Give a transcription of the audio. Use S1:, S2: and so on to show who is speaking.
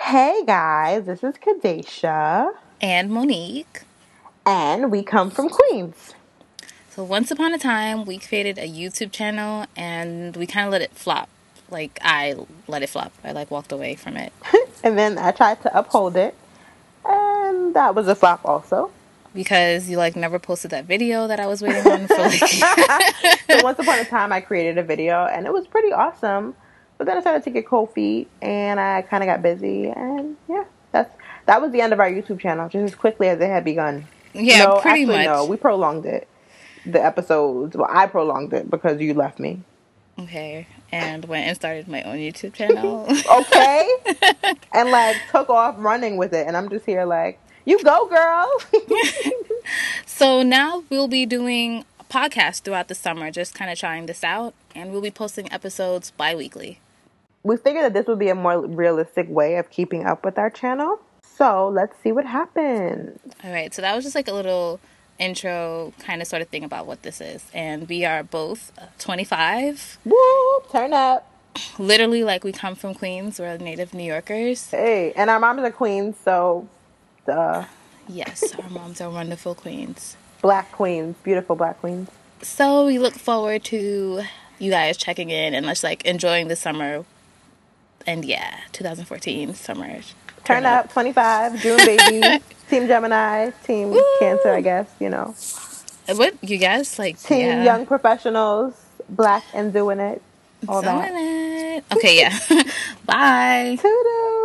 S1: Hey guys, this is Kadesha,
S2: and Monique.
S1: and we come from Queens.
S2: So once upon a time, we created a YouTube channel and we kind of let it flop. Like I let it flop. I like walked away from it.
S1: And then I tried to uphold it, and that was a flop also.
S2: Because you like never posted that video that I was waiting on for like
S1: So once upon a time, I created a video, and it was pretty awesome. But then I started to get cold feet, and I kind of got busy, and yeah, that's that was the end of our YouTube channel, just as quickly as it had begun.
S2: Yeah,
S1: no,
S2: pretty
S1: actually,
S2: much.
S1: No, we prolonged it. The episodes, well, I prolonged it because you left me.
S2: Okay. And went and started my own YouTube channel.
S1: okay? and like took off running with it. And I'm just here like, you go, girl.
S2: so now we'll be doing podcasts throughout the summer, just kind of trying this out, and we'll be posting episodes bi weekly.
S1: we figured that this would be a more realistic way of keeping up with our channel. So let's see what happens.
S2: All right, so that was just like a little intro kind of sort of thing about what this is. And we are both 25.
S1: Whoop, turn up.
S2: Literally, like we come from Queens, we're native New Yorkers.
S1: Hey, and our mom's a queen, so duh.
S2: Yes, our moms are wonderful queens.
S1: Black queens, beautiful black queens.
S2: So we look forward to you guys checking in and just like enjoying the summer. And yeah, 2014 summer.
S1: Turn up, 25, June baby, team Gemini, team Cancer, I guess, you know.
S2: Uh, What you guys like?
S1: Team
S2: yeah.
S1: young professionals, black and doing it, all
S2: Doing
S1: that.
S2: it. Okay, yeah. Bye.
S1: Toodles.